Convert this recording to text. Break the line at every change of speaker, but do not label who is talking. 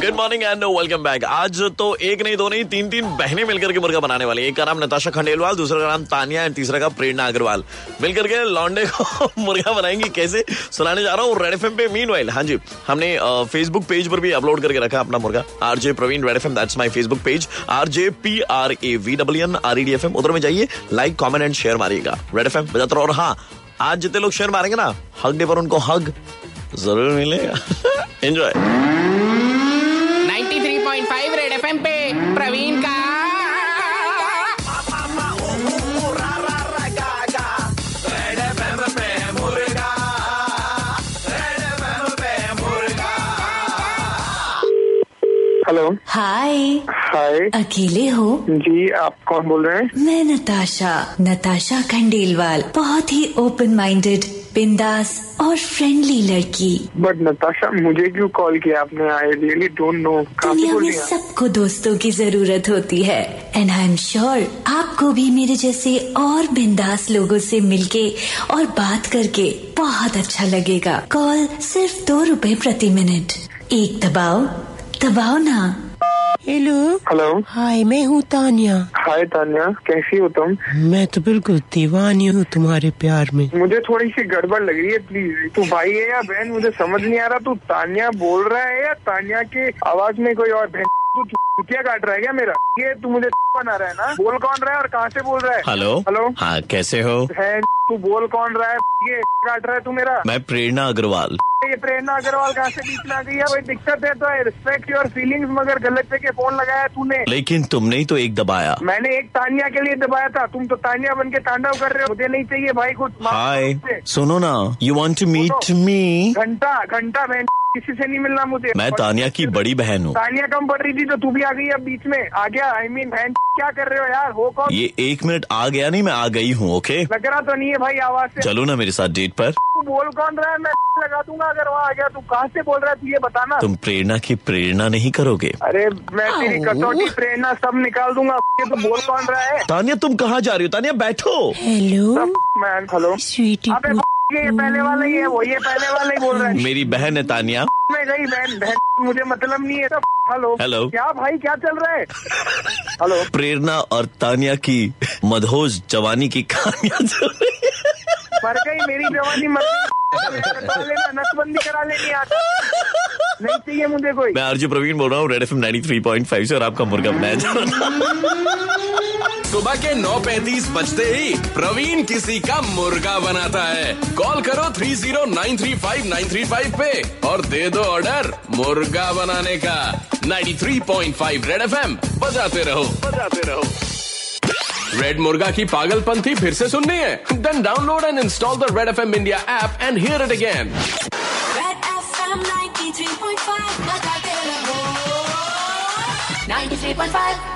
Good morning and welcome back आज तो एक नहीं दो नहीं तीन तीन बहनें मिलकर के मुर्गा बनाने वाली हैं। एक का नाम नताशा खंडेलवाल दूसरा का नाम तानिया एंड तीसरा का प्रेरणा अग्रवाल मिलकर के लौंडे को मुर्गा बनाएंगी कैसे सुनाने जा रहा हूँ रेड एफ पे मीन हाँ जी हमने फेसबुक पेज पर भी अपलोड करके रखा अपना मुर्गा R J Praveen red F M that's my Facebook page R J P R A V W N R E D F M उधर में जाइए लाइक कॉमेंट एंड शेयर मारिएगा रेड एफ एम बजाते रहो और हाँ आज जितने लोग शेयर मारेंगे ना हक डे पर उनको हक जरूर मिलेगा एंजॉय
93.5 रेड एफएम पे प्रवीण का
हेलो
हाय
हाय
अकेले हो
जी आप कौन बोल रहे हैं
मैं नताशा नताशा खंडेलवाल बहुत ही ओपन माइंडेड बिंदास और फ्रेंडली लड़की
बट नताशा मुझे क्यों कॉल किया आपने आई रियली डोंट नो काफी
दुनिया
बोल
में
रही हैं आप।
सबको दोस्तों की जरूरत होती है एंड आई एम श्योर आपको भी मेरे जैसे और बिंदास लोगों से मिलके और बात करके बहुत अच्छा लगेगा कॉल सिर्फ दो रुपए प्रति मिनट एक दबाओ दबाओ ना
हेलो
हेलो
हाय मैं हूँ तानिया
हाय तान्या कैसी हो तुम
मैं तो बिल्कुल दीवानी हूँ तुम्हारे प्यार में
मुझे थोड़ी सी गड़बड़ लग रही है प्लीज तू भाई है या बहन मुझे समझ नहीं आ रहा तू तान्या बोल रहा है या तान्या के आवाज में कोई और बहन तू चुतिया काट रहा है क्या मेरा ये तू मुझे बना रहा है ना बोल कौन रहा है और कहाँ से बोल रहा है
हेलो
हेलो
हाँ कैसे हो
बहन तू बोल कौन रहा है ये काट रहा है तू मेरा
मैं प्रेरणा अग्रवाल
ये प्रेरणा अग्रवाल कहाँ से बीच में आ गई है भाई दिक्कत है तो रिस्पेक्ट योर फीलिंग्स मगर गलत जगह फोन लगाया है तूने
लेकिन तुमने ही तो एक दबाया
मैंने एक तानिया के लिए दबाया था तुम तो तानिया बन के तांडव कर रहे हो मुझे नहीं चाहिए भाई कुछ
हाय सुनो ना you want to meet me
घंटा घंटा बहन किसी से नहीं मिलना मुझे
मैं
और
तानिया की बड़ी बहन हूँ
तानिया कम पड़ रही थी तो तू भी आ गई अब बीच में आ गया आई मीन बहन क्या कर रहे हो यार हो कौन
ये एक मिनट आ गया नहीं मैं आ गई हूँ ओके
लग रहा तो नहीं है भाई आवाज से
चलो ना मेरे साथ डेट पर
तू बोल कौन रहा है मैं लगा दूंगा अगर वहाँ आ गया तू कहाँ से बोल रहा है तू ये बताना
तुम प्रेरणा की प्रेरणा नहीं करोगे
अरे मैं तेरी कसौटी प्रेरणा सब निकाल दूंगा ये तो बोल कौन रहा है
तानिया तुम कहाँ जा रही हो तानिया बैठो
हेलो
मैन हेलो
स्वीटी
अबे ये पहले वाला ही है वो ये पहले वाला ही बोल रहा है
मेरी बहन है तानिया
मैं गई बहन बहन मुझे मतलब नहीं है हेलो
Hello.
क्या भाई क्या चल रहा है हेलो
प्रेरणा और तानिया की मधोज जवानी की कहानियां चल रही है।
मर गई मेरी जवानी मर गई कटा लेना नसबंदी करा लेनी आता नहीं चाहिए मुझे कोई
मैं आरजू प्रवीण बोल रहा हूँ रेड एफ 93.5 से और आपका मुर्गा बनाया जा रहा था।
सुबह के 9:35 बजते ही प्रवीण किसी का मुर्गा बनाता है कॉल करो 3093593 पे और दे दो ऑर्डर मुर्गा बनाने का 93.5 रेड एफएम बजाते रहो बजाते रहो रेड मुर्गा की पागलपंथी फिर से सुननी है then download and install the red FM India app and hear it again
Red FM 93.5 बताते रहो 93.5